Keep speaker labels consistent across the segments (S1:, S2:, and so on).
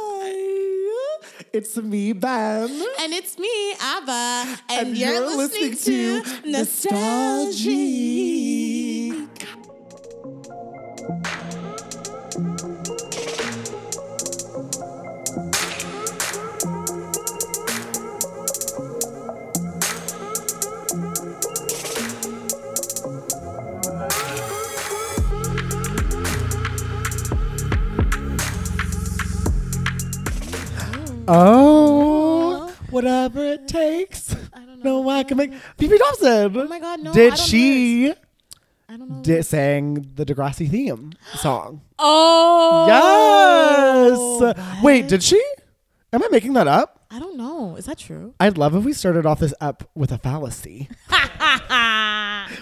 S1: Hi, it's me, Ben.
S2: And it's me, Abba. And,
S1: And
S2: you're, listening, to Nostalgie.
S1: Nostalgique. Oh, whatever it takes.
S2: I don't know.
S1: No, I can make Phoebe Dobson.
S2: Oh my God, no, I
S1: Did
S2: don't know
S1: she
S2: I don't know.
S1: did sang the Degrassi theme song?
S2: oh.
S1: yes. Wait, did she? Am I making that up?
S2: I don't know. Is that true?
S1: I'd love if we started off this up with a fallacy.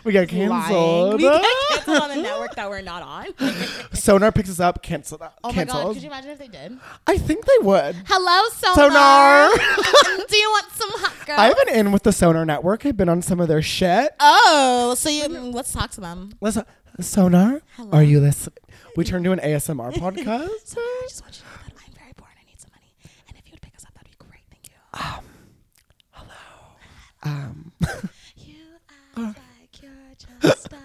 S1: We got canceled.
S2: Lying. We got canceled on the network that we're not on.
S1: Sonar picks us up, cancel that.
S2: Oh my God.
S1: canceled.
S2: Could you imagine if they did?
S1: I think they would.
S2: Hello, Sonar.
S1: Sonar.
S2: Do you want some hot girl?
S1: I have an in with the Sonar Network. I've been on some of their shit.
S2: oh, so you, let's talk to them.
S1: Let's, Sonar,
S2: Hello.
S1: are you listening? We turned to an ASMR podcast.
S2: Sorry, I just want you to know that I'm very poor and I need some money. And if you would pick us up, that'd be great. Thank you.
S1: Um,
S2: You are like you're just a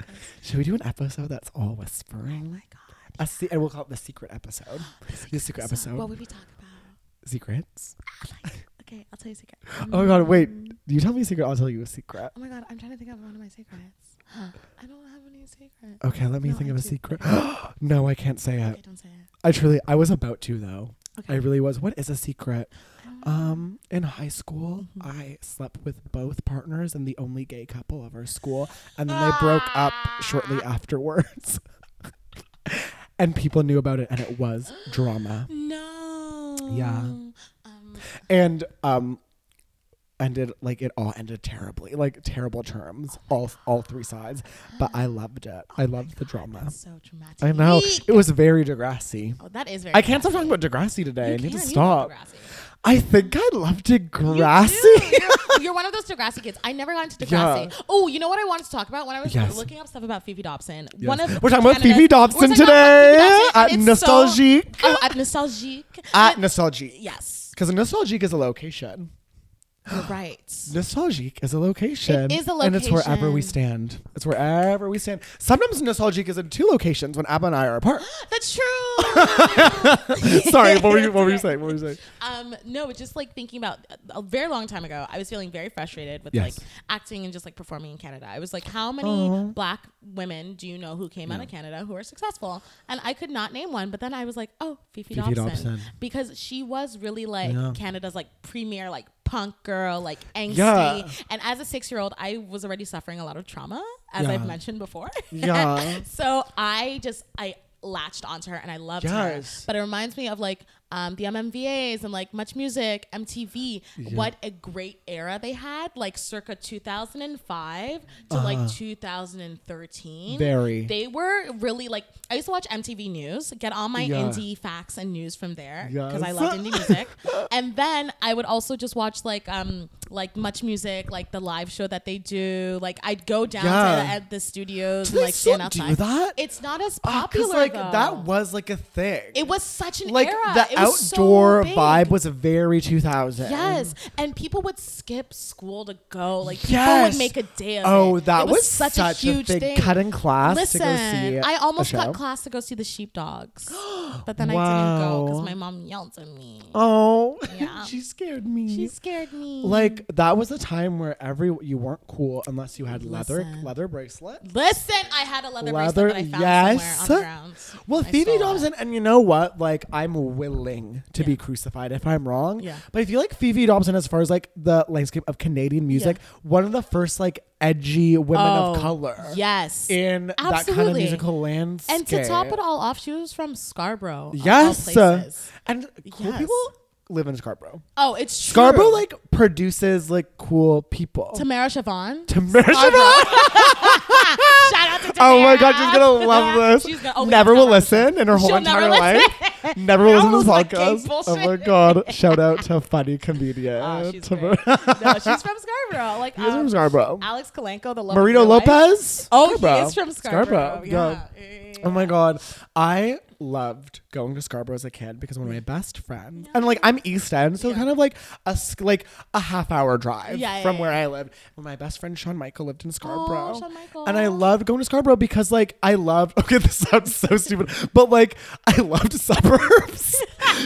S1: should we do an episode that's all whispering?
S2: Oh my god.
S1: A se- and we'll call it the secret episode. the secret episode.
S2: What would we talk about?
S1: Secrets.
S2: Like, okay, I'll tell you a secret. Um,
S1: Oh my god, wait. You tell me a secret, I'll tell you a secret.
S2: Oh my god, I'm trying to think of one of my secrets. I don't have any secrets.
S1: Okay, let me
S2: No,
S1: think
S2: I
S1: of a
S2: do.
S1: secret. no, I can't say
S2: Okay,
S1: it.
S2: don't say it.
S1: I truly I was about to though.
S2: Okay.
S1: I really was. What is a secret?
S2: I don't know.
S1: Um, in high school,
S2: Mm-hmm.
S1: I slept with both partners and the only gay couple of our school, and then they broke up shortly
S2: Ah.
S1: afterwards. and people knew about it and it was drama.
S2: no.
S1: Yeah.
S2: Um,
S1: and um ended like it all ended terribly like terrible terms all all three sides but i loved it i loved the drama
S2: that's so dramatic.
S1: Uh, i know it was very degrassi
S2: Oh, that is very.
S1: i can't stop
S2: Degrassi.
S1: talking about degrassi today
S2: You
S1: i need to
S2: can, you
S1: stop
S2: love Degrassi.
S1: i think i love
S2: You
S1: degrassi
S2: do. You're, you're one of those Degrassi kids. I never got into Degrassi.
S1: Yeah.
S2: Oh, you know what I wanted to talk about when I was
S1: Yes.
S2: looking up stuff about Phoebe Dobson.
S1: Yes.
S2: One of
S1: We're talking about Phoebe
S2: Canada's-
S1: Dobson
S2: we're talking about Phoebe
S1: today
S2: Dobson,
S1: at
S2: and it's so-
S1: Nostalgique.
S2: oh, at nostalgique.
S1: at nostalgique
S2: yes,
S1: because nostalgique is a location
S2: you're right.
S1: nostalgique is a location
S2: It is a
S1: and it's wherever we
S2: location.
S1: stand it's wherever we stand sometimes nostalgique is in two locations when abba and i are apart
S2: That's true.
S1: Sorry, what were you what were you saying? What were you saying?
S2: um, no, but just like thinking about uh, a very long time ago, I was feeling very frustrated with
S1: Yes.
S2: like acting and just like performing in Canada. I was like, how many
S1: Aw.
S2: black women do you know who came out of Canada who are successful? And I could not name one, but then I was like, oh, Fifi,
S1: Fifi
S2: Dobson.
S1: Dobson.
S2: because she was really like
S1: Yeah.
S2: Canada's like premier like punk girl, like angsty.
S1: Yeah.
S2: And as a six year old, I was already suffering a lot of trauma, as
S1: Yeah.
S2: I've mentioned before.
S1: Yeah.
S2: so I just I latched onto her and I loved
S1: Yes.
S2: her. But it reminds me of like um, the MMVAs and like Much Music, MTV. What a great era they had, like circa 2005 to like 2013.
S1: Uh-huh. Very.
S2: They were really like I used to watch MTV News, get all my
S1: Yeah.
S2: indie facts and news from there because I
S1: Yes.
S2: loved indie music. And then I would also just watch like um like Much Music, like the live show that they do. Like I'd go down
S1: Yeah.
S2: to the, at the studios
S1: Do
S2: and
S1: they
S2: like
S1: still
S2: stand
S1: do
S2: outside.
S1: that?
S2: It's not as
S1: Ah, 'cause,
S2: popular.
S1: like
S2: though.
S1: that was like a thing.
S2: It was such an
S1: like
S2: era.
S1: the
S2: It was so
S1: outdoor
S2: big.
S1: vibe was very 2000.
S2: Yes, and people would skip school to go. Like people
S1: Yes.
S2: would make a day of it.
S1: Oh, that
S2: It
S1: was, such, a huge big
S2: thing.
S1: cutting class
S2: Listen,
S1: to go see.
S2: I almost
S1: a show.
S2: cut class to go see the Sheepdogs, but then I didn't go because
S1: Wow.
S2: my mom yelled at me.
S1: Oh,
S2: Yeah.
S1: she scared me.
S2: She scared me.
S1: like that was a time where every you weren't cool unless you had leather
S2: Listen.
S1: leather bracelet.
S2: listen, I had a leather,
S1: Leather-
S2: bracelet that I found
S1: yes.
S2: somewhere on the ground.
S1: Well,
S2: I
S1: Phoebe
S2: stole it.
S1: Dobson, and you know what? Like, I'm willing to be crucified if I'm wrong.
S2: Yeah.
S1: But I feel like Phoebe Dobson, as far as like the landscape of Canadian music, one of the first like edgy women of
S2: Oh,
S1: color.
S2: Yes.
S1: In that kind of
S2: Absolutely.
S1: musical landscape.
S2: and to top it all off, she was from Scarborough. of all
S1: yes.
S2: places.
S1: And cool
S2: Yes.
S1: people live in Scarborough.
S2: Oh, it's true.
S1: Scarborough like produces like cool people.
S2: Tamara Siobhan.
S1: Tamara Shabbat.
S2: Shout out to Tamara.
S1: Oh my god, she's gonna love
S2: She's
S1: this.
S2: gonna- oh, wait,
S1: never
S2: that's
S1: will
S2: not her.
S1: listen in her whole
S2: She'll
S1: entire
S2: never listen.
S1: life. Never will listen to this
S2: That
S1: podcast.
S2: was like
S1: Oh
S2: gay
S1: my
S2: bullshit.
S1: god. Shout out to funny comedian.
S2: Oh, she's
S1: to
S2: great. no, she's from Scarborough. Like
S1: He is from
S2: um,
S1: Scarborough.
S2: Alex Kalenko, the love of
S1: Marino
S2: your life.
S1: Lopez?
S2: Oh, he
S1: Scarborough.
S2: is from Scarborough. Yeah.
S1: Oh my god. I loved going to Scarborough as a kid because one of my best friends, and like I'm East End, so kind of like a s- like a half hour drive
S2: Yeah,
S1: from
S2: yeah, Oh,
S1: where I lived. Well, my best friend Shawn Michael lived in Scarborough,
S2: Shawn Michael.
S1: and I loved going to Scarborough because like I loved. Okay, this sounds so stupid, but like I loved suburbs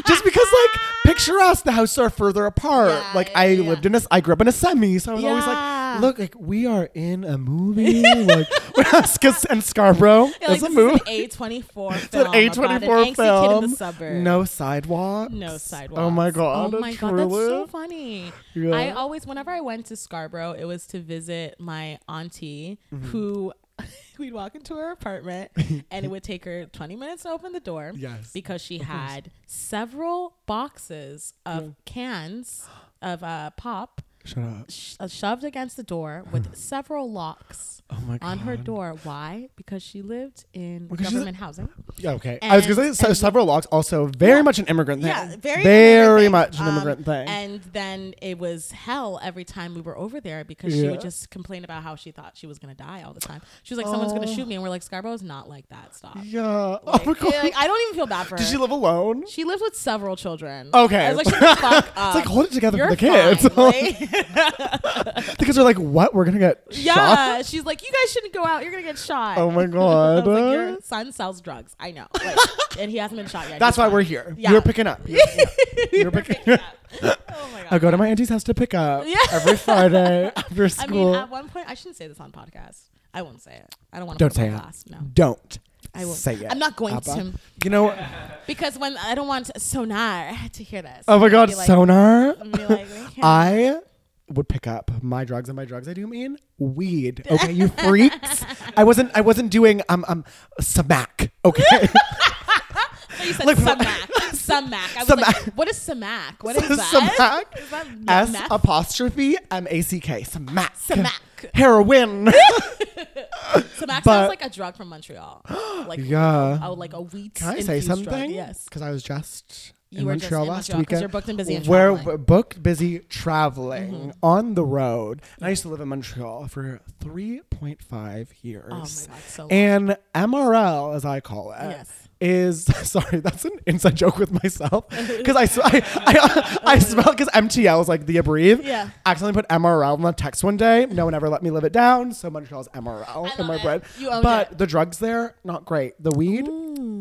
S1: just because like picture us, the houses are further apart.
S2: Yeah,
S1: like
S2: yeah,
S1: I
S2: yeah.
S1: lived in a, s- I grew up in a semi, so I was always
S2: Yeah.
S1: like, look, like we are in a movie, like because and Scarborough
S2: Yeah, like,
S1: is a
S2: this is
S1: movie.
S2: an A twenty four film.
S1: It's an
S2: about an
S1: A24
S2: angsty kid in
S1: film.
S2: the suburbs.
S1: No sidewalk.
S2: No sidewalk.
S1: Oh my god.
S2: Oh my god, that's
S1: truly?
S2: so funny.
S1: Yeah.
S2: I always, whenever I went to Scarborough, it was to visit my auntie
S1: Mm-hmm.
S2: who. We'd walk into her apartment and it would take her 20 minutes to open the door
S1: Yes,
S2: because she had several boxes of cans of uh, pop
S1: Shut up.
S2: sh- uh, shoved against the door with several locks
S1: Oh my god.
S2: on her door. Why? Because she lived in
S1: Because she's a-
S2: government housing.
S1: Yeah, okay. I was gonna
S2: And-
S1: say so
S2: and-
S1: several logs. Also, very much an immigrant thing.
S2: Yeah, very,
S1: very
S2: immigrant
S1: much an
S2: Um,
S1: immigrant thing.
S2: And then it was hell every time we were over there because she
S1: Yeah.
S2: would just complain about how she thought she was gonna die all the time. She was like, "Someone's gonna shoot me," and we're like, "Scarborough's not like that. Stop."
S1: yeah.
S2: Like,
S1: oh my god.
S2: yeah, like, I don't even feel bad for her.
S1: Did she live alone?
S2: she lived with several children.
S1: Okay.
S2: I was like, "Shut the fuck
S1: It's
S2: up."
S1: like hold it together
S2: You're
S1: for the kids.
S2: fine. Like-
S1: the kids are like, what? We're gonna get shot.
S2: Yeah, she's like, you guys shouldn't go out. You're gonna get shot.
S1: Oh my
S2: I was
S1: god.
S2: like, your son sells drugs. I know, Like, and he hasn't been shot yet.
S1: That's
S2: He's
S1: why we're
S2: fine.
S1: here.
S2: Yeah.
S1: You're picking up. You're, you're picking up.
S2: Oh my god.
S1: I go to my auntie's house to pick up
S2: Yeah.
S1: every Friday after
S2: I
S1: school.
S2: mean, at one point, I shouldn't say this on podcast. I won't say it. I don't want to.
S1: Don't say it.
S2: Class. No,
S1: Don't
S2: I won't
S1: say it.
S2: I'm not going
S1: Abba.
S2: to
S1: You know,
S2: because when I don't want Sonar to hear this.
S1: oh my God,
S2: Be like- mm,
S1: sonar.
S2: be like, we can't.
S1: I would pick up my drugs and my drugs. I do mean weed. Okay, you freaks. I wasn't. I wasn't doing um um smack. Okay,
S2: But you said
S1: Like, what-
S2: Samac. Samac. I was like,
S1: Samac.
S2: what is Samac? What is that?
S1: smack.
S2: Is that m-
S1: S
S2: meth?
S1: apostrophe M A C K. Smack.
S2: Smack.
S1: Heroin.
S2: Samac
S1: but-
S2: sounds like a drug from Montreal. Like
S1: yeah.
S2: Oh, like a weed.
S1: Can I say
S2: infused drug,
S1: something?
S2: Yes.
S1: Because I was just
S2: You
S1: in
S2: were just
S1: Montreal
S2: in
S1: last
S2: Montreal 'cause
S1: weekend.
S2: you're booked and busy and
S1: We're
S2: traveling. Mm-hmm.
S1: b- booked, busy, traveling on the road. And I used to live in Montreal for 3.5 years.
S2: Oh my god, so long.
S1: And MRL, as I call it,
S2: Yes.
S1: is sorry, that's an inside joke with myself because I, s- I, I, I smell because MTL is like the breathe.
S2: Yeah.
S1: accidentally put MRL in the text one day. No one ever let me live it down, so Montreal's MRL
S2: I
S1: in
S2: love
S1: my
S2: it.
S1: bread.
S2: You owned
S1: but
S2: it.
S1: the drugs there, not great. The weed,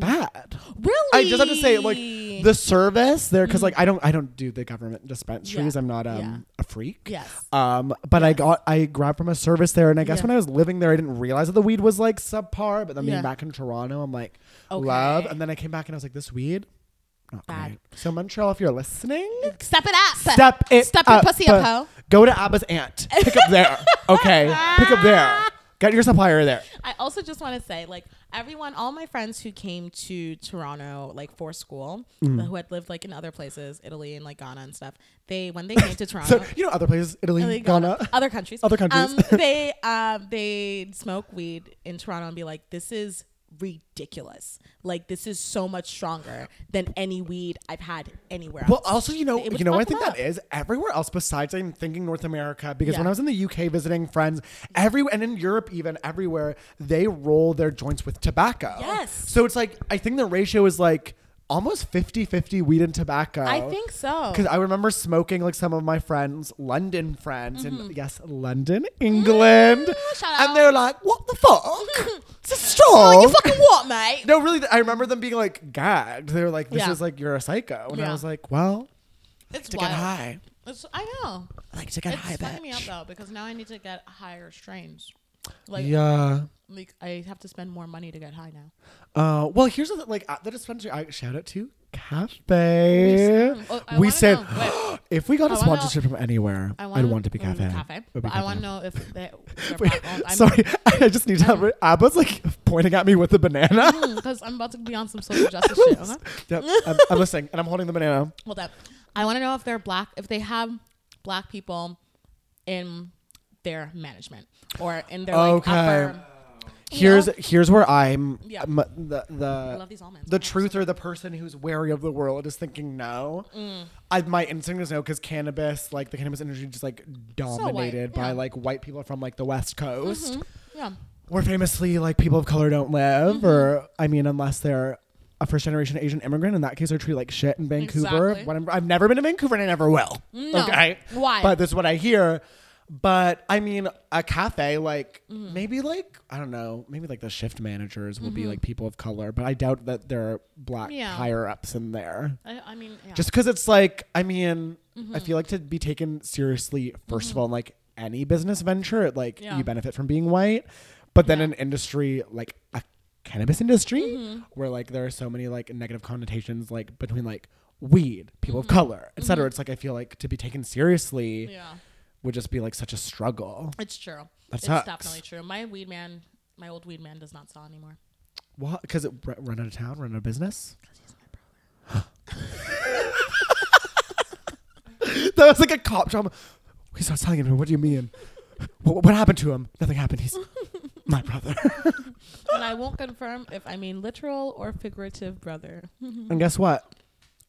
S1: bad.
S2: really,
S1: I just have to say, like the service there, because like I don't, I don't do the government dispensaries.
S2: Mm-hmm. Yeah.
S1: I'm not um,
S2: Yeah.
S1: a freak.
S2: Yes.
S1: Um, but I got, I grabbed from a service there, and I guess
S2: Yeah.
S1: when I was living there, I didn't realize that the weed was like subpar. But then
S2: Yeah.
S1: being back in Toronto, I'm like, love.
S2: Okay.
S1: And then I came back and I was like, this weed, not
S2: Bad.
S1: great. So Montreal, if you're listening,
S2: step it up,
S1: step it,
S2: step
S1: up.
S2: your pussy up, ho.
S1: Go to Abba's aunt. Pick up there. Okay, pick up there. Get your supplier there.
S2: I also just want to say, like everyone, all my friends who came to Toronto, like for school,
S1: Mm.
S2: who had lived like in other places, Italy and like Ghana and stuff, they when they came to Toronto,
S1: So you know other places, Italy,
S2: Italy,
S1: Ghana.
S2: other countries,
S1: Other countries.
S2: um, they um, they smoke weed in Toronto and be like, this is ridiculous. Like this is so much stronger than any weed I've had anywhere
S1: Well,
S2: else.
S1: also, you know,
S2: It would
S1: you know, what I
S2: fuck
S1: think
S2: them
S1: that is everywhere else besides. I'm thinking North America because
S2: Yeah.
S1: when I was in the UK visiting friends, every and in Europe even everywhere they roll their joints with tobacco.
S2: Yes.
S1: So it's like I think the ratio is like almost 50-50 weed and tobacco.
S2: I think so.
S1: Because I remember smoking like some of my friends, London friends, and yes, London, England,
S2: Mm-hmm. Mm, shout
S1: and
S2: out.
S1: they're like, "What the fuck? it's a straw."
S2: Oh, you fucking what, mate?
S1: No, really, th- I remember them being like gagged. They were like, "This
S2: Yeah.
S1: is like you're a psycho," and I
S2: Yeah.
S1: was like, "Well,
S2: It's
S1: to
S2: wild.
S1: get high,
S2: It's, I know.
S1: I like to get
S2: it's
S1: high."
S2: fucking me up
S1: bitch."
S2: though because now I need to get higher strains. Like,
S1: yeah.
S2: like I have to spend more money to get high now.
S1: Uh, well, here's the, like at the dispensary. I shout out to Cafe.
S2: Mm, oh, I
S1: We
S2: wanna
S1: said
S2: know- wait,
S1: if we got a
S2: I wanna know-
S1: sponsorship from anywhere,
S2: I
S1: I'd
S2: wanna-
S1: want to be
S2: mm,
S1: Cafe.
S2: Cafe.
S1: Would be
S2: But I
S1: Cafe.
S2: want to know if they. they're
S1: Wait,
S2: black-owned. I'm,
S1: sorry, I just need to have Abba's like pointing at me with the banana.
S2: Because mm, I'm about to be on some social justice shit. Okay?
S1: Yep, I'm, I'm listening, and I'm holding the banana.
S2: Hold up. I want to know if they're black, if they have black people in their management or in their like
S1: Okay.
S2: upper. you
S1: Here's
S2: know?
S1: here's where I'm.
S2: Yeah.
S1: m- the
S2: I
S1: the
S2: love these almonds.
S1: the
S2: Okay.
S1: truth or the person who's wary of the world is thinking no.
S2: Mm.
S1: I, my instinct is no because cannabis, like the cannabis industry, just like dominated by
S2: yeah. Mm-hmm.
S1: like white people from like the West Coast,
S2: mm, Yeah. Mm-hmm.
S1: where famously like people of color don't live, or I mean, unless they're a first generation Asian immigrant, in that case, are treated like shit in Vancouver.
S2: Exactly.
S1: When I'm- I've never been to Vancouver and I never will.
S2: No.
S1: Okay.
S2: Why?
S1: But that's what I hear. But I mean, a cafe, like
S2: Mm.
S1: maybe like, I don't know, maybe like the shift managers would be like people of color, but I doubt that there are black
S2: Mm-hmm. Yeah.
S1: higher ups in there.
S2: I, I mean, yeah. Mm-hmm.
S1: Just because it's like, I mean, I feel like to be taken seriously, 1st of all, in like any business venture, it like
S2: Yeah.
S1: you benefit from being white. But then an industry like a cannabis industry,
S2: Mm-hmm.
S1: where like there are so many like negative connotations like between like weed, people of color, etc. cetera. It's like I feel like to be taken seriously
S2: Mm-hmm. yeah.
S1: would just be like such a struggle.
S2: It's true.
S1: That
S2: it's
S1: sucks.
S2: definitely true. My weed man, my old weed man, does not sell anymore.
S1: What? Because it r- run out of town, run out of business. that was like a cop drama. He's not telling him. What do you mean? What, what happened to him? Nothing happened. He's my brother.
S2: and I won't confirm if I mean literal or figurative brother.
S1: and guess what?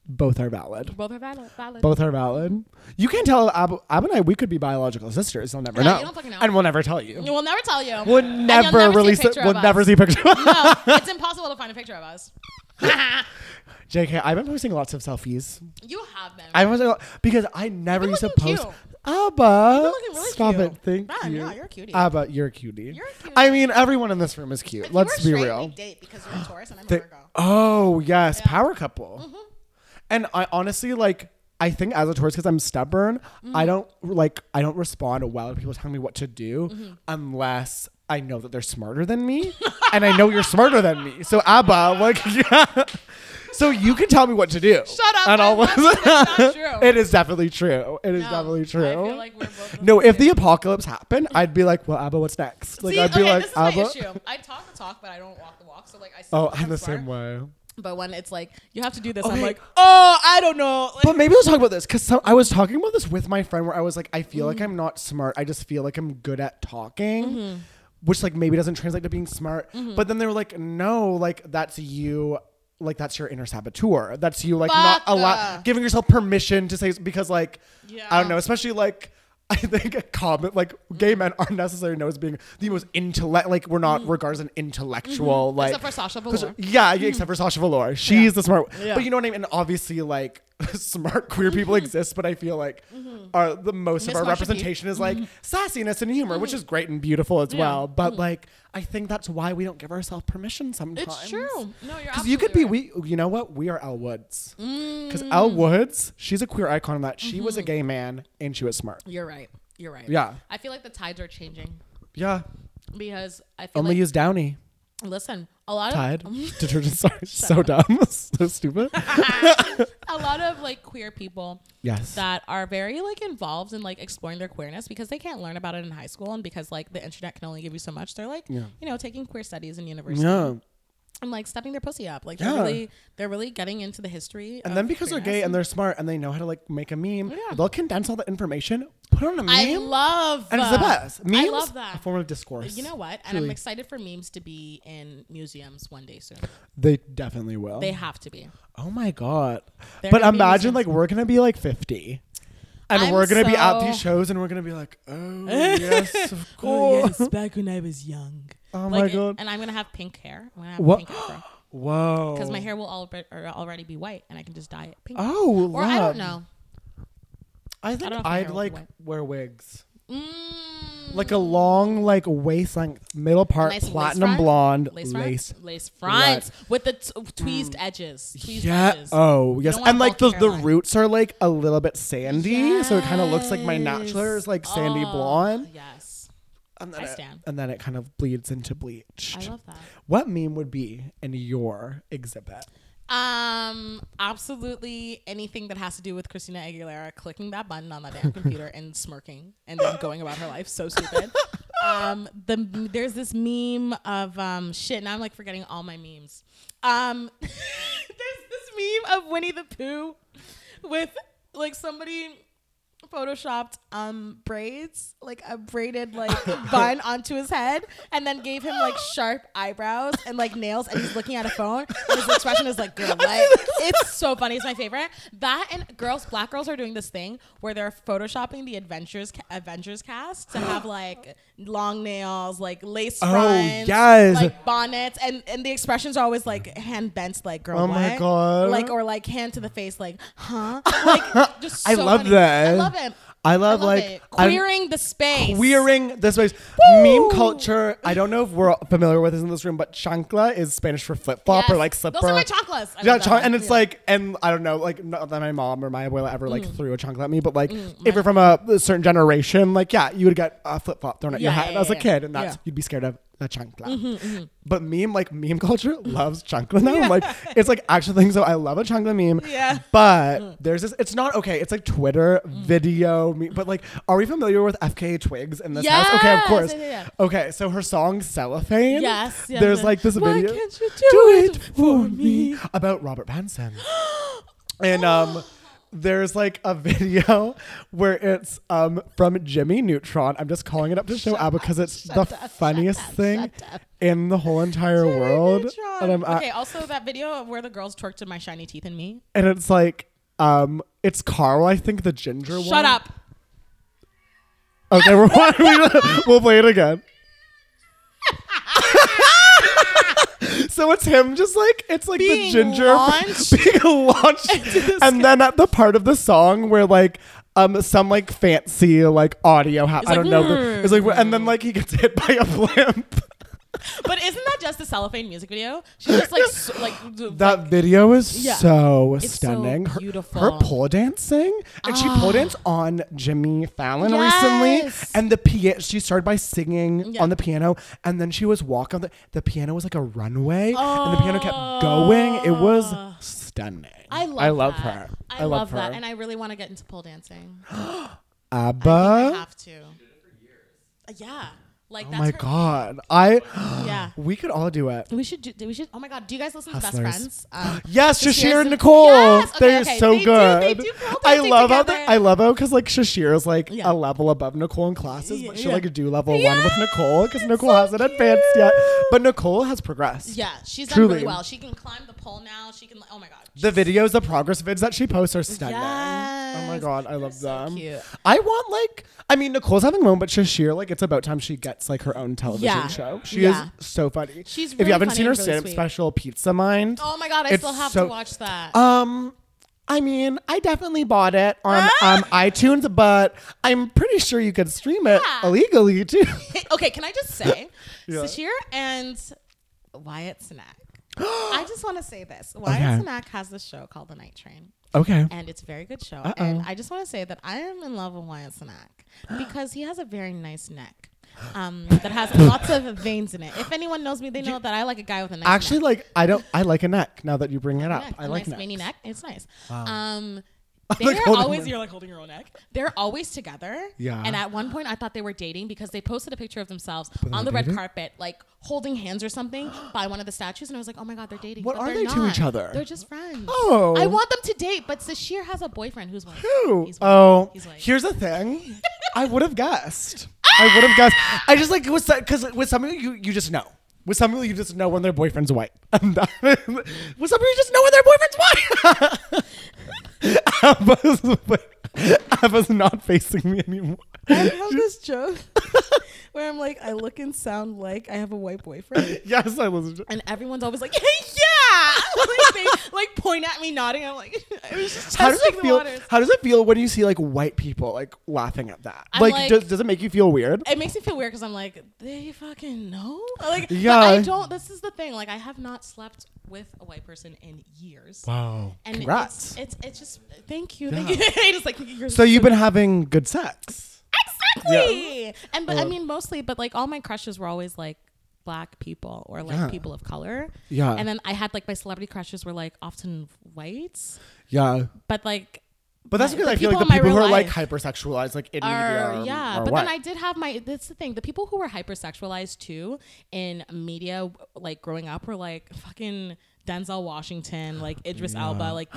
S1: Both are valid.
S2: Both are valid. valid.
S1: Both are valid. You can't tell Ab, Ab and I. We could be biological sisters. They'll never
S2: Yeah,
S1: know.
S2: you don't fucking know.
S1: And we'll never tell you.
S2: We'll never tell you.
S1: We'll
S2: And you'll
S1: never,
S2: never see a
S1: release it.
S2: picture
S1: We'll
S2: of
S1: never
S2: us.
S1: see pictures.
S2: no, it's impossible to find a picture of us.
S1: Jk, I've been posting lots of selfies.
S2: You have been.
S1: I was like, because I never
S2: You're
S1: used to
S2: looking
S1: post.
S2: cute.
S1: Abba,
S2: You're looking really
S1: stop
S2: cute.
S1: it! Thank
S2: Man,
S1: you.
S2: yeah, you're a cutie.
S1: Abba, you're a cutie.
S2: You're a cutie.
S1: I mean, everyone in this room is cute.
S2: If you
S1: Let's
S2: were
S1: be
S2: straight,
S1: real.
S2: we'd date because you're a Taurus and I'm a
S1: They-
S2: Virgo.
S1: oh yes,
S2: Yeah. Mm-hmm.
S1: power couple. And I honestly like. I think as a Taurus, because I'm stubborn,
S2: Mm-hmm.
S1: I don't like. I don't respond well to people telling me what to do
S2: Mm-hmm.
S1: unless I know that they're smarter than me, and I know you're smarter than me. So Abba, like, yeah. So you can tell me what to do.
S2: Shut up.
S1: And
S2: I
S1: I'll
S2: love you. That's not true.
S1: it is definitely true. It is
S2: No,
S1: definitely true.
S2: I feel like we're both
S1: no, if the apocalypse happened, I'd be like, well, Abba, what's next? Like,
S2: See,
S1: I'd be
S2: okay,
S1: like,
S2: this is my
S1: Abba.
S2: issue. I talk the talk, but I don't walk the walk. So like, I still
S1: Oh,
S2: think
S1: I'm the same
S2: smart.
S1: way.
S2: But when it's like you have to do this,
S1: Okay.
S2: I'm like, oh, I don't know. Like,
S1: But maybe let's talk about this because I was talking about this with my friend where I was like, I feel
S2: Mm-hmm.
S1: like I'm not smart. I just feel like I'm good at talking, which like maybe doesn't translate to being smart.
S2: Mm-hmm.
S1: But then they were like, no, like that's you. Like that's your inner saboteur. That's you like not
S2: Fuck. uh.
S1: a lot giving yourself permission to say because like I
S2: Yeah. Mm-hmm.
S1: don't know, especially like. I think a comment like gay men aren't necessarily known as being the most intellect like we're not regarded as an intellectual like
S2: Mm-hmm. Except for Sasha
S1: 'cause-
S2: Velour.
S1: yeah, yeah, except for Sasha Velour. She's the smart
S2: Yeah. Mm-hmm.
S1: But you know what I mean? And obviously, like, smart queer people exist, but I feel like are the most
S2: Miss
S1: of our
S2: Marsha P.
S1: representation is
S2: Mm-hmm.
S1: like sassiness and humor, which is great and beautiful as well. But like, I think that's why we don't give ourselves permission sometimes.
S2: it's true. No, you're
S1: Because you could be,
S2: absolutely Mm.
S1: we, you know what? We are Elle Woods. Because Elle Woods, she's a queer icon in that she was a
S2: Mm-hmm.
S1: gay man and she was smart.
S2: right. You're right. You're right.
S1: Yeah.
S2: I feel like the tides are changing
S1: Yeah.
S2: because I feel
S1: Only
S2: like
S1: use Downy.
S2: listen a lot
S1: Tide.
S2: of
S1: Detergent. Sorry. so dumb. so stupid.
S2: a lot of like queer people
S1: Yes.
S2: that are very like involved in like exploring their queerness because they can't learn about it in high school and because like the internet can only give you so much. They're like
S1: Yeah.
S2: you know taking queer studies in university.
S1: Yeah.
S2: and like stepping their pussy up. Like they're
S1: Yeah.
S2: really they're really getting into the history.
S1: And then because they're gay and they're smart and they know how to like make a meme,
S2: Yeah.
S1: they'll condense all the information, put it on a meme,
S2: I love
S1: and it's the best. Memes,
S2: I love
S1: a
S2: that.
S1: form of discourse.
S2: You know what? And I'm
S1: Truly.
S2: excited for memes to be in museums one day soon.
S1: they definitely will.
S2: They have to be.
S1: oh my god!
S2: They're
S1: But
S2: gonna be
S1: imagine
S2: museums.
S1: like we're gonna be like 50, and
S2: I'm
S1: we're gonna be at
S2: so-
S1: these shows and we're gonna be like, oh yes, of
S3: Oh,
S1: course.
S3: yes, back when I was young.
S1: Oh
S2: like,
S1: my god!
S2: And I'm gonna have pink hair. I'm gonna have
S1: What?
S2: pink hair
S1: Whoa.
S2: because my hair will already, or already be white, and I can just dye it pink.
S1: Oh,
S2: or I
S1: love.
S2: don't know.
S1: I think
S2: know if my
S1: I'd
S2: hair will be
S1: like
S2: white.
S1: wear wigs.
S2: Mm,
S1: Like a long, like waist length, middle part,
S2: Nice lace
S1: platinum
S2: front?
S1: blonde,
S2: lace
S1: lace, Mm.
S2: front, lace front with the t- tweezed edges. Tweezed
S1: Yeah.
S2: edges.
S1: Oh, yes.
S2: don't want
S1: And
S2: a
S1: like the,
S2: bulky
S1: the
S2: hairline.
S1: roots are like a little bit sandy, so it kind of looks like my natural hair is like sandy
S2: Oh,
S1: blonde,
S2: Yes,
S1: and then
S2: I
S1: it,
S2: stand.
S1: and then it kind of bleeds into bleach.
S2: I love that.
S1: What meme would be in your exhibit?
S2: Um, absolutely anything that has to do with Christina Aguilera clicking that button on that damn computer and smirking and then going about her life so stupid. Um, the there's this meme of um shit. Now I'm like forgetting all my memes. Um, there's this meme of Winnie the Pooh with like somebody photoshopped um braids, like a braided like bun onto his head, and then gave him like sharp eyebrows and like nails, and he's looking at a phone. And his expression is like, "Girl, what?" It's so funny. It's my favorite. That and girls, black girls are doing this thing where they're photoshopping the Adventures ca- Avengers cast to have like long nails, like lace
S1: Oh,
S2: fronts,
S1: yes.
S2: like bonnets, and and the expressions are always like hand bent, like girl,
S1: Oh my
S2: what?
S1: God.
S2: like or like hand to the face, like huh, like just
S1: I
S2: so
S1: love
S2: funny.
S1: that.
S2: I love it.
S1: I love,
S2: I
S1: like
S2: it.
S1: I'm-
S2: queering the space.
S1: queering this space. Meme culture. I don't know if we're familiar with this in this room, but chancla is Spanish for flip flop
S2: Yes.
S1: or like slipper.
S2: Those are my chanclas. I
S1: Yeah,
S2: love that
S1: chon-
S2: one.
S1: and it's
S2: Yeah.
S1: like, and I don't know, like not that my mom or my abuela ever like
S2: Mm.
S1: threw a chancla at me, but like if you're from a, a certain generation, like yeah, you would get a flip flop thrown at your
S2: Yeah,
S1: head
S2: yeah,
S1: as a
S2: yeah,
S1: kid, and that's
S2: yeah. Mm-hmm,
S1: you'd be scared of a chancla. But meme, like meme culture, loves chancla now. Like it's like actual thing. So I love a chancla meme.
S2: Yeah. Mm.
S1: But there's this. It's not okay. It's like Twitter video, me, but like, are we familiar with FKA Twigs in this house? Okay, of
S2: Yes,
S1: course.
S2: yeah, yeah,
S1: Okay, so her song Cellophane.
S2: Yes, yes,
S1: There's
S2: yes.
S1: like this
S2: Why
S1: video.
S2: can't you do it
S1: for
S2: me? Oh.
S1: about Robert Pattinson. and um there's like a video where it's um from Jimmy Neutron. I'm just calling it up to show out because it's the funniest thing in the whole entire
S2: Jimmy
S1: world.
S2: Neutron.
S1: And I'm uh, at-
S2: okay. Also, that video of where the girls twerked to "My Shiny Teeth" and me.
S1: and it's like um it's Carl, I think the ginger one.
S2: Shut up.
S1: Okay, we're, we'll play it again. so it's him just like it's like the
S2: Being
S1: ginger
S2: launched
S1: being launched and then at the part of the song where like um some like fancy like audio hap- I
S2: like, hmm.
S1: don't know it's like and then like he gets hit by a blimp.
S2: But isn't that just the cellophane music video? She's just like s like
S1: That video is
S2: Yeah.
S1: so
S2: so
S1: stunning. Her- Her,
S2: beautiful. Ah.
S1: pole dancing, and she pole danced on Jimmy Fallon
S2: Yes.
S1: recently. And the pia- she started by singing
S2: Yeah.
S1: on the piano, and then she was walking on the the piano was like a runway, and the piano kept going. It was stunning.
S2: Oh. I love.
S1: I love
S2: that.
S1: her.
S2: I, love, that,
S1: her.
S2: and I really want to get into pole dancing.
S1: Abba.
S2: I think I have to. Uh, Yeah. Like
S1: oh
S2: that's
S1: my
S2: her-
S1: god, I.
S2: Yeah.
S1: We could all do it.
S2: We should do. We should. Oh my god. Do you guys listen to
S1: Hustlers.
S2: Best Friends? Um,
S1: Yes,
S2: The
S1: Shashir
S2: Shears-
S1: and Nicole.
S2: Yes, okay,
S1: They're
S2: okay.
S1: so
S2: They do-
S1: good.
S2: they do pole
S1: I
S2: dancing
S1: love how they,
S2: together.
S1: I love how because like Shashir is like
S2: Yeah.
S1: a level above Nicole in classes, but
S2: Yeah,
S1: she'll
S2: yeah.
S1: like do level one
S2: Yeah,
S1: with Nicole because
S2: it's
S1: Nicole
S2: so
S1: hasn't advanced yet. But Nicole has progressed.
S2: yeah. She's done
S1: Truly.
S2: really well. She can climb the pole now. She can. Oh my god.
S1: The videos, the progress vids that she posts are stunning. Oh my
S2: Yes.
S1: god, I love
S2: so
S1: them.
S2: cute.
S1: I want like I mean Nicole's having one, but Shashir, like it's about time she gets like her own television
S2: Yeah.
S1: show. She
S2: Yeah.
S1: is so funny.
S2: She's
S1: if you
S2: really
S1: haven't
S2: funny
S1: seen her
S2: and really
S1: stand-up
S2: sweet.
S1: special, Pizza Mind.
S2: Oh my god. I
S1: It's
S2: still have
S1: so-
S2: to watch that.
S1: Um, I mean, I definitely bought it on
S2: Ah.
S1: um, iTunes, but I'm pretty sure you could stream it
S2: Yeah.
S1: illegally too.
S2: okay, can I just say,
S1: Yeah.
S2: Sashir and Wyatt Snack. I just want to say this. Wyatt
S1: Okay.
S2: Snack has this show called The Night Train,
S1: Okay.
S2: and it's a very good show.
S1: Mm-hmm. Uh-oh.
S2: And I just want to say that I am in love with Wyatt Snack because he has a very nice neck um, that has lots of veins in it. If anyone knows me, they know that I like a guy with a nice
S1: Actually,
S2: neck.
S1: like I don't. I like a neck. Now that you bring it up,
S2: neck,
S1: I
S2: a
S1: like
S2: nice veiny
S1: necks.
S2: neck. It's nice. Um,
S1: like,
S2: they're
S1: holding
S2: always
S1: my-
S2: you're like holding your own neck. They're always together.
S1: Yeah.
S2: And at one point, I thought they were dating because they posted a picture of themselves
S1: they
S2: on
S1: were
S2: the red
S1: dating?
S2: carpet, like holding hands or something, by one of the statues, and I was like, oh my god, they're dating.
S1: What
S2: But
S1: are
S2: they're
S1: they to each
S2: not.
S1: other?
S2: They're just friends.
S1: Oh.
S2: I want them to date, but Sashir has a boyfriend who's white.
S1: Ooh.
S2: He's white.
S1: Oh,
S2: He's white.
S1: here's the thing. I would have guessed. I would have guessed. I just like with because with some people you you just know. With some people you just know when their boyfriend's white. And that- with some people you just know when their boyfriend's white. Abba's, Abba's not facing me anymore.
S2: I have this joke where I'm like, I look and sound like I have a white boyfriend.
S1: Yes, I was.
S2: And everyone's always like, yeah! like, they, like point at me, nodding. I'm like, I was just
S1: How does
S2: testing
S1: it
S2: the
S1: feel?
S2: waters.
S1: How does it feel when you see like white people like laughing at that?
S2: I'm
S1: like,
S2: like-
S1: does, does it make you feel weird?
S2: it makes me feel weird because I'm like, they fucking know. Like,
S1: Yeah.
S2: yeah. I don't. This is the thing. Like, I have not slept with a white person in years.
S1: Wow.
S2: And
S1: Congrats.
S2: It's, it's it's just thank you. Thank you. Just like you're
S1: So you've been having good sex.
S2: exactly. And but
S1: Yeah.
S2: I mean mostly, but like all my crushes were always like black people or like
S1: Yeah.
S2: people of color.
S1: Yeah.
S2: And then I had like my celebrity crushes were like often whites,
S1: Yeah.
S2: but like
S1: But that's
S2: my-
S1: because I
S2: the
S1: feel like the
S2: people in my
S1: people who
S2: real
S1: are like
S2: life
S1: hypersexualized, like in
S2: are
S1: media,
S2: yeah
S1: are
S2: but
S1: white.
S2: then i did have my that's the thing the people who were hypersexualized too in media like growing up were like fucking Denzel Washington, like Idris Alba, like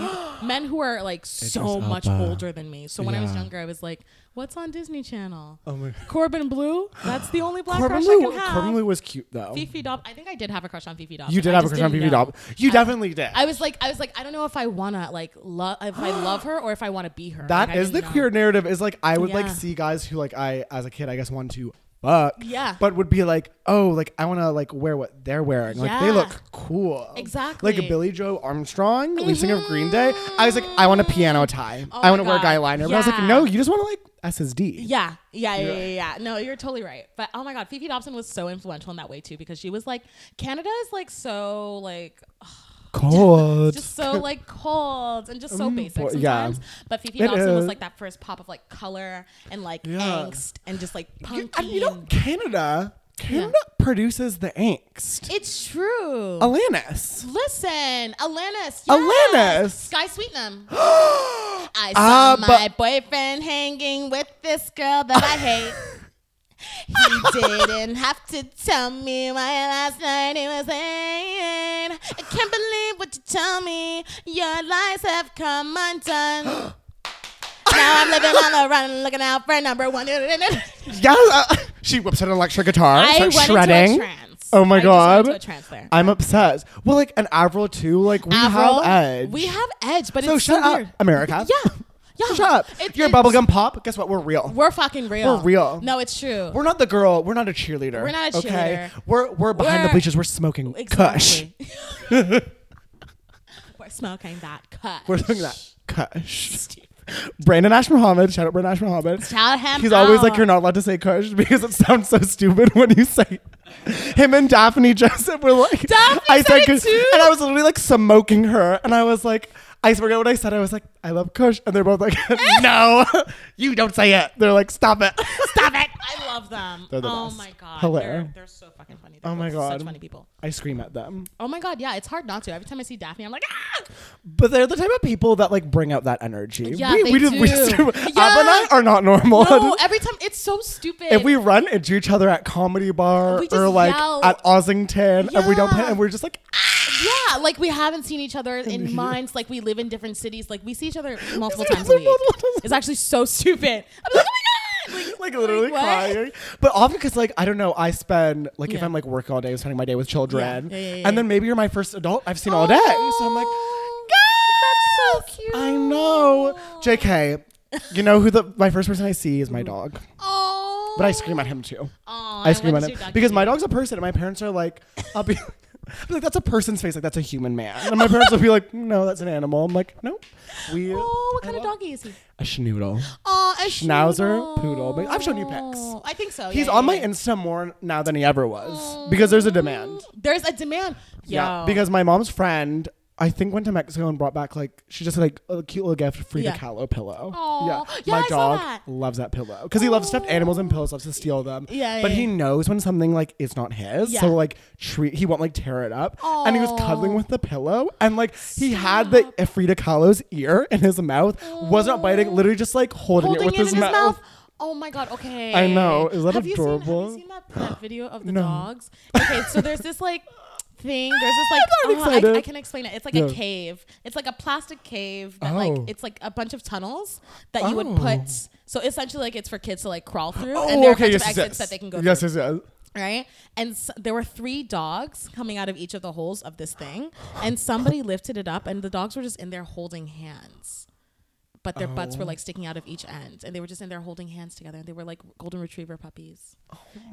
S2: men who are like so
S1: Idris
S2: much
S1: Elba.
S2: older than me. So when I was
S1: Yeah.
S2: younger, I was like, "What's on Disney Channel?
S1: Oh my.
S2: Corbin Blue. That's the only black
S1: Corbin
S2: crush I
S1: Lou,
S2: can have."
S1: Corbin Lou was cute though.
S2: Fifi Dob. I think I did have a crush on Fifi Dob.
S1: You did have a crush on Phoebe Dob. You definitely did.
S2: I was like, I was like, I don't know if I wanna like love, if I love her or if I wanna be her.
S1: That
S2: Like, I
S1: is the
S2: didn't know.
S1: queer narrative. Is like I would like
S2: Yeah.
S1: see guys who like I as a kid I guess wanted to fuck.
S2: Yeah.
S1: But would be like, oh, like I want to like wear what they're wearing. Like they
S2: Yeah.
S1: look cool.
S2: Exactly.
S1: Like Billy Joe Armstrong, lead singer of Green Day. I was like, I want a piano tie.
S2: Oh
S1: I
S2: my
S1: want to wear
S2: God.
S1: eyeliner. But I was like,
S2: Yeah.
S1: no, you just want to like SSD.
S2: Yeah, yeah, yeah,
S1: Yeah.
S2: yeah, yeah, yeah. No, you're totally right. But oh my God, Fifi Dobson was so influential in that way too because she was like, Canada is like so like
S1: Cold.
S2: just so like cold and just so
S1: Mm,
S2: basic
S1: boy, yeah.
S2: sometimes. But Fifi
S1: It
S2: Dobson was
S1: is.
S2: like that first pop of like color and like
S1: Yeah.
S2: angst and just like
S1: You-
S2: punky.
S1: and you know, Canada, Canada produces the angst.
S2: it's true.
S1: Alanis.
S2: Listen, Alanis. Yes.
S1: Alanis.
S2: Sky Sweetnam. I
S1: Ah,
S2: saw
S1: but-
S2: my boyfriend hanging with this girl that I hate. he didn't have to tell me why last night he was hanging. I can't believe what you tell me. Your lies have come undone. now I'm living on the run, looking out for number one.
S1: Yeah, uh, she whips out an electric guitar.
S2: I went
S1: starts shredding.
S2: into a trance.
S1: Oh my
S2: I just went into
S1: God.
S2: a trance there.
S1: I'm obsessed. Well, like an Avril too. Like we
S2: Avril,
S1: have edge.
S2: We have edge, but
S1: so
S2: it's
S1: shut
S2: so
S1: up,
S2: weird.
S1: America.
S2: Yeah, yeah.
S1: shut up.
S2: It-
S1: You're
S2: it's-
S1: bubblegum pop. Guess what? We're real. We're,
S2: We're fucking real.
S1: We're real.
S2: No, it's true.
S1: not the girl. We're not a cheerleader.
S2: We're not a
S1: Okay.
S2: cheerleader.
S1: We're we're behind the
S2: We're-
S1: bleachers. We're smoking kush.
S2: Exactly. We're smoking that cut.
S1: We're smoking that kush. Brandon Ash Muhammad. Shout out Brandon Ash Muhammad.
S2: Shout him
S1: He's always like
S2: out.
S1: you're not allowed to say kush because it sounds so stupid when you say. it." Him and Daphne Joseph were like,
S2: Daphne
S1: I
S2: said
S1: said
S2: it
S1: kush,
S2: too.
S1: and I was literally like smoking her, and I was like, I forget what I said. I was like, I love kush, and they're both like, No, you don't say it. They're like, Stop it.
S2: Stop it! I love them.
S1: They're the
S2: oh
S1: best.
S2: my god,
S1: Hello.
S2: They're, they're so fucking funny. They're
S1: Oh my
S2: both
S1: God.
S2: such funny people.
S1: I scream at them.
S2: Oh my god, yeah, it's hard not to. Every time I see Daphne, I'm like, ah!
S1: But they're the type of people that like bring out that energy.
S2: Yeah,
S1: we,
S2: they
S1: we we
S2: do.
S1: just do. Ab and
S2: Yeah.
S1: I are not normal.
S2: No, every time it's so stupid.
S1: if we run into each other at comedy bar
S2: We just
S1: or like
S2: yell.
S1: at Ossington and we don't play
S2: Yeah.
S1: and we're just like
S2: yeah, like we haven't seen each other in minds. Like we live in different cities. Like we see each other multiple
S1: each
S2: times
S1: other
S2: a week.
S1: multiple times.
S2: It's actually so stupid. I'm like, oh my god! Like,
S1: like literally
S2: what?
S1: crying. But often because like I don't know, I spend like if
S2: Yeah.
S1: I'm like working all day, I'm spending my day with children,
S2: Yeah, yeah, yeah,
S1: and
S2: yeah.
S1: then maybe you're my first adult I've seen all day. So I'm like,
S2: God, that's so cute.
S1: I know, Jk. You know who the my first person I see is my dog,
S2: Oh,
S1: but I scream at him too.
S2: Aw,
S1: I scream
S2: what
S1: at
S2: did your
S1: him
S2: dog
S1: because
S2: do?
S1: my dog's a person, and my parents are like, I'll be, I'll be like, that's a person's face, like that's a human man, and my parents will be like, no, that's an animal. I'm like, no, we
S2: Oh, what
S1: I
S2: kind of
S1: love-
S2: doggy is he?
S1: A schnoodle.
S2: Oh, a
S1: Schnauzer, poodle. But I've shown you pics.
S2: poodle. I think so.
S1: He's
S2: yeah,
S1: on
S2: yeah,
S1: my
S2: yeah.
S1: Insta more now than he ever was because there's a demand.
S2: There's a demand.
S1: Yeah,
S2: Yo.
S1: because my mom's friend, I think, went to Mexico and brought back like she just had, like a cute little gift, Frida
S2: Yeah.
S1: Kahlo pillow.
S2: Aw. Yeah,
S1: my
S2: I saw
S1: dog
S2: that.
S1: loves that pillow because he loves stuffed animals and pillows, loves to steal them.
S2: Yeah,
S1: but
S2: yeah,
S1: he
S2: yeah.
S1: knows when something like is not his,
S2: Yeah.
S1: so like treat he won't like tear it up. And he was cuddling
S2: Aw.
S1: with the pillow, and like he had the Frida Kahlo's ear in his mouth, was not biting, literally just like holding,
S2: holding
S1: it with his, mouth.
S2: Oh my god! Okay,
S1: I know. Is that
S2: have You
S1: adorable?
S2: seen, have you seen that, that video of the
S1: No.
S2: dogs? Okay, so there's this like thing. There's this
S1: I'm
S2: like
S1: not
S2: oh, I-
S1: excited.
S2: I, can explain it. It's like
S1: Yeah.
S2: a cave. It's like a plastic cave that like
S1: Oh.
S2: it's like a bunch of tunnels that you would
S1: Oh.
S2: put. So essentially, like it's for kids to like crawl through,
S1: Oh,
S2: and there are a bunch
S1: yes,
S2: of
S1: yes,
S2: exits
S1: yes.
S2: that they can go
S1: Yes,
S2: through.
S1: yes, yes.
S2: Right, and s there were three dogs coming out of each of the holes of this thing, and somebody lifted it up, and the dogs were just in there holding hands but their butts were like sticking out of each end and they were just in there holding hands together and they were like golden retriever puppies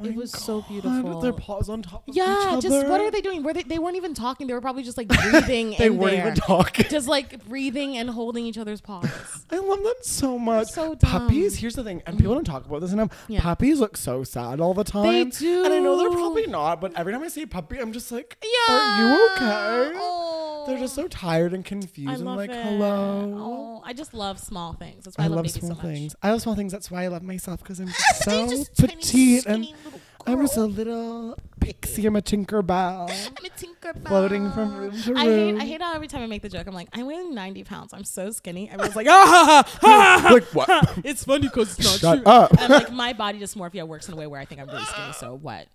S2: it was so
S1: Oh God,
S2: beautiful
S1: with their paws on top of each
S2: yeah
S1: other.
S2: just what are they doing were they, they weren't even talking they were probably just like breathing
S1: They
S2: in
S1: weren't
S2: there.
S1: even talking.
S2: just like breathing and holding each other's paws
S1: I love them so much.
S2: so
S1: puppies.
S2: dumb. Mm-hmm.
S1: Here's the thing, and people don't talk about this enough.
S2: Yeah.
S1: Puppies look so sad all the time. and I know they're probably not, but every time I see puppy, I'm just like,
S2: yeah
S1: Are you okay?
S2: oh.
S1: They're just so tired and confused,
S2: I
S1: and
S2: love
S1: like,
S2: it.
S1: hello.
S2: oh, i just love small things that's why
S1: I,
S2: i,
S1: love
S2: babies
S1: small
S2: so much
S1: things. I love small things. That's why I love myself because I'm
S2: They're
S1: so
S2: just tiny,
S1: petite and
S2: skinny little
S1: I'm just a
S2: girls.
S1: little pixie. I'm a Tinkerbell.
S2: I'm a Tinkerbell.
S1: Floating from room to
S2: I
S1: room.
S2: hate, I hate how every time I make the joke, I'm like, I'm weighing 90 pounds. I'm so skinny. Everyone's like, ah, ha, ha, ha, ha.
S1: like what?
S2: It's funny because it's not
S1: Shut
S2: true.
S1: up.
S2: And I'm like, my body dysmorphia works in a way where I think I'm really skinny. So what?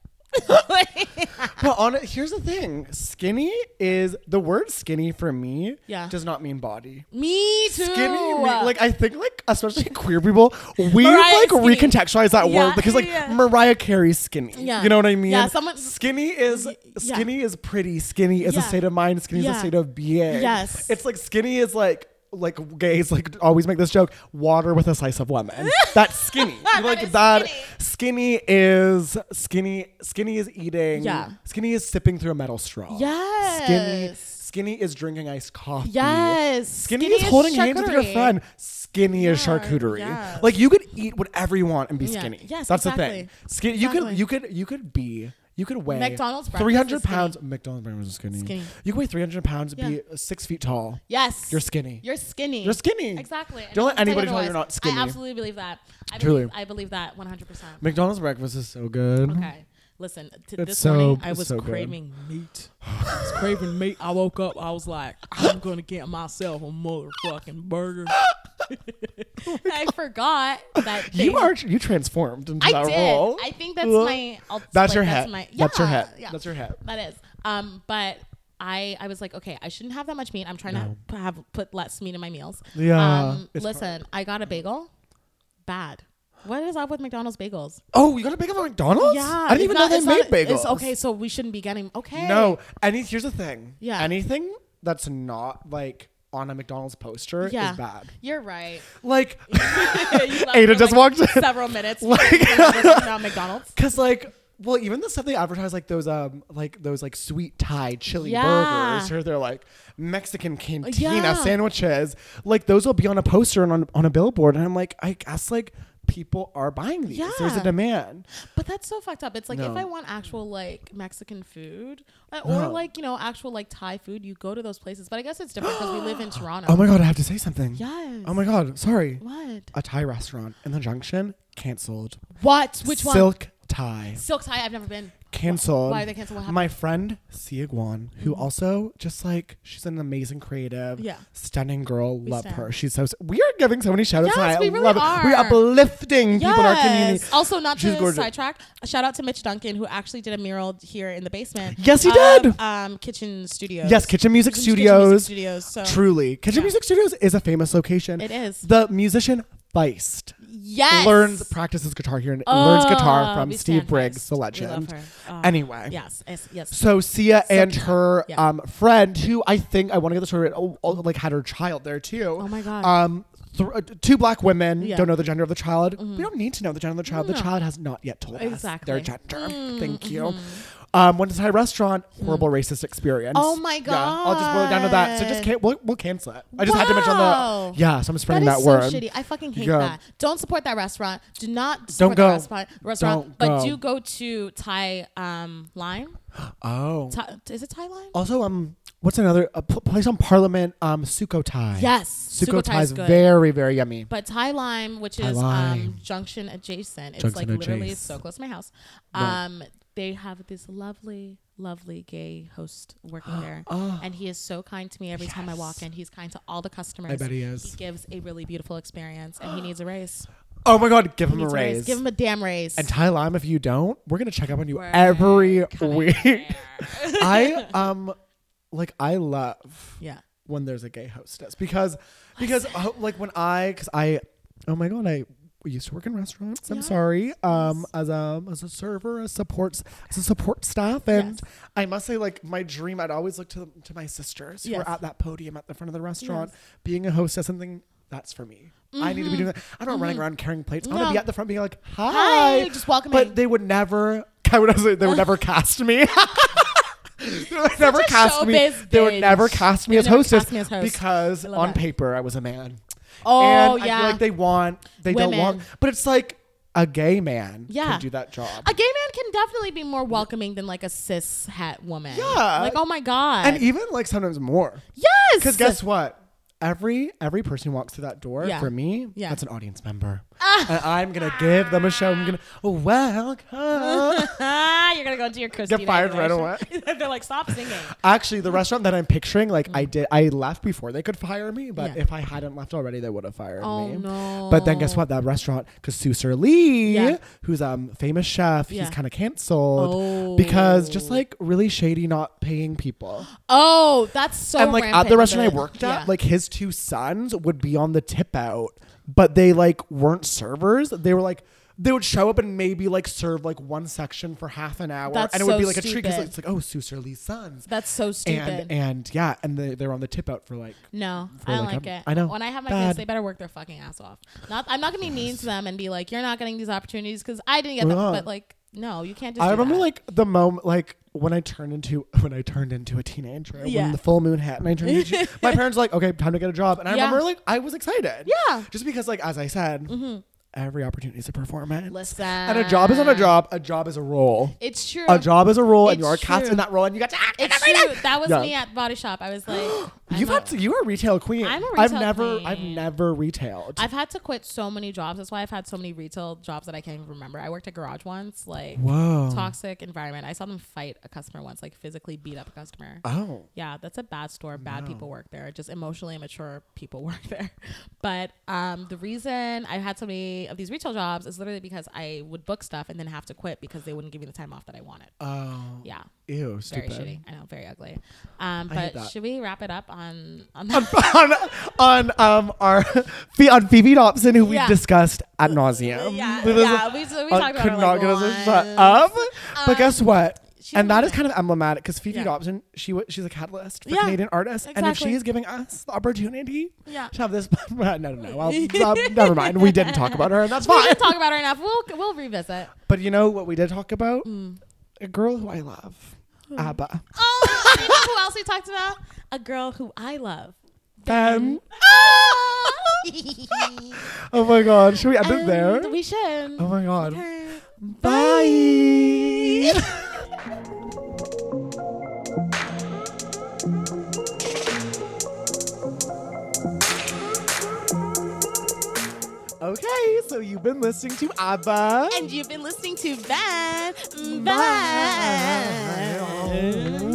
S1: Well, on it, here's the thing: skinny is the word skinny for me.
S2: Yeah.
S1: does not mean body.
S2: me too.
S1: Skinny, me- like I think, like especially queer people, we
S2: Mariah
S1: like
S2: skinny.
S1: recontextualize that
S2: Yeah,
S1: word because like
S2: yeah.
S1: Mariah Carey's skinny.
S2: Yeah.
S1: you know what I mean.
S2: Yeah, someone-
S1: skinny is
S2: Y- yeah.
S1: skinny is pretty. Skinny is a
S2: Yeah.
S1: state of mind. Skinny is
S2: Yeah.
S1: a state of being.
S2: Yes.
S1: it's like skinny is like like gays like always make this joke water with a slice of lemon that's skinny
S2: That
S1: like
S2: is
S1: that
S2: skinny.
S1: skinny. is skinny skinny is eating
S2: Yeah.
S1: skinny is sipping through a metal straw skinny
S2: Yes.
S1: skinny is drinking iced coffee
S2: Yes.
S1: Skinny, is holding hands with your
S2: charcuterie.
S1: friend. Skinny is
S2: Yeah,
S1: charcuterie.
S2: yes.
S1: Like you could eat whatever you want and be
S2: Yeah,
S1: skinny.
S2: yes,
S1: that's the thing.
S2: exactly.
S1: Skinny.
S2: Exactly.
S1: You could you could you could be you could weigh
S2: McDonald's breakfast
S1: three hundred
S2: is skinny.
S1: pounds. McDonald's breakfast is skinny.
S2: Skinny.
S1: You could weigh three hundred pounds,
S2: Yeah.
S1: be six feet tall.
S2: Yes.
S1: You're skinny.
S2: You're skinny.
S1: You're skinny.
S2: Exactly. And
S1: Don't
S2: no
S1: let
S2: one can
S1: anybody tell you
S2: otherwise.
S1: you're not skinny.
S2: I absolutely believe that. I
S1: Truly.
S2: believe, I believe that 100%.
S1: McDonald's breakfast is so good.
S2: Okay. Listen, t-
S1: It's
S2: this
S1: so-
S2: morning I
S1: it's
S2: was
S1: so good.
S2: craving meat. I was craving meat. I woke up, I was like, I'm going to get myself a motherfucking burger. I forgot that
S1: You
S2: they-
S1: are you transformed into
S2: I
S1: that
S2: did.
S1: role.
S2: I think that's
S1: Look.
S2: my. I'll,
S1: that's
S2: like,
S1: your
S2: that's
S1: hat.
S2: my-
S1: That's your
S2: yeah,
S1: hat.
S2: yeah.
S1: That's your hat.
S2: That is. Um, but I I was like, okay, I shouldn't have that much meat. I'm trying to p- have put less meat in my meals.
S1: Yeah,
S2: Um,
S1: it's
S2: listen, I got a bagel. Bad. What is up with McDonald's bagels?
S1: Oh, you got a bagel at McDonald's? I didn't
S2: it's
S1: even
S2: not-
S1: know they
S2: it's not-
S1: made bagels.
S2: It's okay, so we shouldn't be getting. Okay.
S1: No, any here's the thing.
S2: Yeah.
S1: Anything that's not like on a McDonald's poster
S2: Yeah.
S1: is bad.
S2: You're right.
S1: Like,
S2: You left
S1: Ada
S2: for,
S1: just
S2: like,
S1: walked in.
S2: Several minutes.
S1: Like-
S2: Like McDonald's.
S1: cause like, well, even the stuff they advertise, like those um, like those like sweet Thai chili
S2: Yeah.
S1: burgers, or they're like Mexican cantina
S2: Yeah.
S1: sandwiches. Like those will be on a poster and on on a billboard, and I'm like, I guess like people are buying these. There's a
S2: Yeah.
S1: demand.
S2: But that's so fucked up. It's like
S1: No.
S2: if I want actual like Mexican food uh, or
S1: No.
S2: like you know actual like Thai food, you go to those places. But I guess it's different because we live in Toronto.
S1: Oh my god, I have to say something.
S2: Yes.
S1: Oh my god, sorry.
S2: What?
S1: A Thai restaurant in the Junction canceled.
S2: What? Which one?
S1: Silk Thai.
S2: Silk Thai. I've never been.
S1: canceled.
S2: Why they canceled? What happened? Mm-hmm.
S1: My friend Sia Guan, who also just like she's an amazing creative,
S2: Yeah.
S1: stunning girl. love
S2: stand.
S1: her. She's so we are giving so many shout outs.
S2: Yes,
S1: tonight. I
S2: we really
S1: love It. We're
S2: are.
S1: uplifting people in our community.
S2: Yes. Also, not
S1: She's
S2: to
S1: gorgeous.
S2: sidetrack, a shout out to Mitch Duncan who actually did a mural here in the basement.
S1: Yes, he
S2: of,
S1: did.
S2: Um, Kitchen Studios.
S1: Yes, Kitchen Music
S2: Kitchen
S1: Studios.
S2: Studios. So
S1: Truly, Kitchen
S2: Yeah.
S1: Music Studios is a famous location.
S2: it is.
S1: The musician Feist
S2: Yes.
S1: learns practices guitar here and learns guitar
S2: Oh,
S1: from
S2: we
S1: Steve
S2: stand
S1: Briggs,
S2: first.
S1: the
S2: We
S1: legend.
S2: love her. Oh.
S1: Anyway,
S2: Yes. Yes. Yes.
S1: So Sia and her
S2: yeah.
S1: um, friend, who I think I want to get the story right, oh, oh, like had her child there too.
S2: Oh my God.
S1: Um, th- uh, two black women
S2: Yeah. Mm-hmm.
S1: don't know the gender of the child. We don't need to know the gender of the child. The
S2: No.
S1: child has not yet told
S2: Exactly. Mm-hmm.
S1: us their gender. Thank you. Um, went to Thai restaurant. Horrible racist experience.
S2: Mm. Oh my
S1: Yeah, I'll just boil it down to that. So just
S2: God.
S1: can't. We'll, we'll cancel it. I just had to mention
S2: Wow.
S1: that. Yeah, so I'm spreading
S2: that
S1: that,
S2: is
S1: word.
S2: so shitty. I fucking hate
S1: Yeah.
S2: that. Don't support that restaurant. Do not support
S1: go.
S2: that restaurant.
S1: Don't
S2: Restaurant, but
S1: go.
S2: do go to Thai um Line.
S1: Oh.
S2: Thai, is it Thai Line?
S1: Also, um, what's another a pl- place on Parliament? Um, Sukhothai.
S2: Yes,
S1: Sukhothai
S2: Sukhotai's
S1: is
S2: good.
S1: very very yummy.
S2: but Thai Lime, which
S1: Thai
S2: is
S1: Lime.
S2: um Junction adjacent, it's
S1: Junction
S2: like literally
S1: adjacent.
S2: so close to my house.
S1: Right.
S2: Um, they have this lovely, lovely gay host working there,
S1: Oh.
S2: and he is so kind to me every time I walk in. He's kind to all the customers.
S1: I bet he is.
S2: He gives a really beautiful experience, and he needs a raise.
S1: Oh my god, give him
S2: He
S1: a
S2: needs
S1: raise.
S2: Give him a damn raise.
S1: and Ty Lime, if you don't, we're gonna check up on you
S2: We're
S1: every
S2: coming
S1: week.
S2: there.
S1: I um like I love
S2: yeah.
S1: when there's a gay hostess because because uh, like when I because I oh my god I used to work in restaurants. I'm
S2: Yes.
S1: sorry. Um, as a as a server, as supports as a support staff, and
S2: Yes.
S1: I must say like my dream. I'd always look to to my sisters who
S2: Yes.
S1: were at that podium at the front of the restaurant, being a hostess and thinking that's for me. I need to be doing that. I'm not running around carrying plates. I want to
S2: Mm-hmm. No.
S1: be at the front being like, hi.
S2: Hi, just welcoming.
S1: But they would never, I would also, they would never cast me. they would never
S2: a
S1: cast me.
S2: showbiz
S1: They would
S2: bitch.
S1: never cast me
S2: They
S1: as
S2: would never
S1: hostess
S2: cast me as host.
S1: because
S2: I love
S1: on
S2: that.
S1: paper I was a man.
S2: Oh,
S1: and I
S2: yeah.
S1: feel like they want, they don't
S2: Women.
S1: want, but it's like a gay man
S2: Yeah.
S1: can do that job.
S2: A gay man can definitely be more welcoming than like a cis hat woman.
S1: Yeah.
S2: Like, oh my God.
S1: and even like sometimes more.
S2: yes.
S1: Because guess what? Every every person who walks through that door
S2: Yeah.
S1: for me,
S2: Yeah.
S1: that's an audience member, and I'm gonna give them a show. I'm gonna welcome.
S2: You're gonna go into your Christina.
S1: fired right
S2: Aguilera. They're like, stop singing.
S1: Actually, the restaurant that I'm picturing, like I did, I left before they could fire me. But
S2: Mm. Yeah.
S1: if I hadn't left already, they would have fired
S2: Oh
S1: me.
S2: no.
S1: But then guess what? That restaurant, because Sir Lee,
S2: Yeah.
S1: who's um famous chef,
S2: Yeah.
S1: he's kind of canceled because just
S2: Oh.
S1: like really shady, not paying people.
S2: Oh, that's so.
S1: and like at
S2: rampant
S1: the
S2: in
S1: restaurant I worked at,
S2: yeah.
S1: like his two sons would be on the tip out, but they like weren't servers. They were like they would show up and maybe like serve like one section for half an hour,
S2: That's
S1: and it would
S2: so
S1: be like a treat because
S2: stupid.
S1: it's like oh Sir Lee's sons.
S2: that's so stupid.
S1: And and yeah, and they, they were on the tip out for like
S2: no,
S1: for,
S2: I don't
S1: like,
S2: like
S1: I'm-
S2: it.
S1: I know.
S2: When I have my
S1: Bad.
S2: kids, they better work their fucking ass off. Not, I'm not gonna be mean to them and be like, "You're not getting these opportunities" because I didn't get them.
S1: Yeah.
S2: But like, no, you can't just.
S1: I
S2: do
S1: remember
S2: that.
S1: like the moment, like when I turned into when I turned into a teenager,
S2: Yeah.
S1: when the full moon hit, and I turned into my parents were like, okay, time to get a job, and I
S2: Yeah.
S1: remember like I was excited,
S2: Yeah. Mm-hmm.
S1: just because like as I said, every opportunity is a performance,
S2: listen.
S1: and a job isn't a job, a job is a role,
S2: It's true.
S1: a job is a role, and
S2: It's
S1: you are cast
S2: true.
S1: in that role, and you got to act in
S2: It's
S1: every
S2: true.
S1: day.
S2: That was
S1: Yeah.
S2: me at Body Shop. I was like, I'm
S1: You've
S2: a-
S1: had to, you're a retail queen.
S2: I'm a
S1: I've
S2: retail
S1: never I've
S2: queen.
S1: never retailed.
S2: I've had to quit so many jobs. That's why I've had so many retail jobs that I can't even remember. I worked at Garage once, like
S1: Whoa.
S2: toxic environment. I saw them fight a customer once, like physically beat up a customer.
S1: oh.
S2: Yeah, that's a bad store. Bad people work there. Just emotionally immature people work there. But um, the reason I've had so many of these retail jobs is literally because I would book stuff and then have to quit because they wouldn't give me the time off that I wanted.
S1: Oh.
S2: Yeah,
S1: Ew.
S2: very
S1: Stupid.
S2: shitty. I know, very ugly. Um,
S1: I hate
S2: but
S1: that.
S2: should we wrap it up on on
S1: on,
S2: that?
S1: on, on um our Phe- on Phoebe Dobson, who
S2: Yeah.
S1: we discussed ad nauseum.
S2: yeah,
S1: This is-
S2: yeah, we, we
S1: uh,
S2: talked about
S1: could
S2: her
S1: not
S2: like
S1: get us to shut
S2: once.
S1: up. but
S2: Um,
S1: guess what?
S2: she's
S1: And that is
S2: amazing.
S1: kind of emblematic because Phoebe
S2: Yeah.
S1: Dobson, she wa- she's a catalyst for
S2: Yeah,
S1: Canadian artists, and if
S2: exactly.
S1: she is giving us the opportunity
S2: Yeah.
S1: to have this, no, no, no, well, uh, never mind. We didn't talk about her, and that's
S2: we
S1: fine.
S2: didn't talk about her enough. We'll we'll revisit.
S1: but you know what we did talk about?
S2: Mm.
S1: A girl who I love, Abba.
S2: Oh, you know who else we talked about? A girl who I love.
S1: Them.
S2: Oh,
S1: Oh my God! Should we end it
S2: And
S1: there?
S2: We should.
S1: Oh my God.
S2: Okay.
S1: Bye. okay, so you've been listening to ABBA.
S2: And you've been listening to Van. Van.
S1: Bye.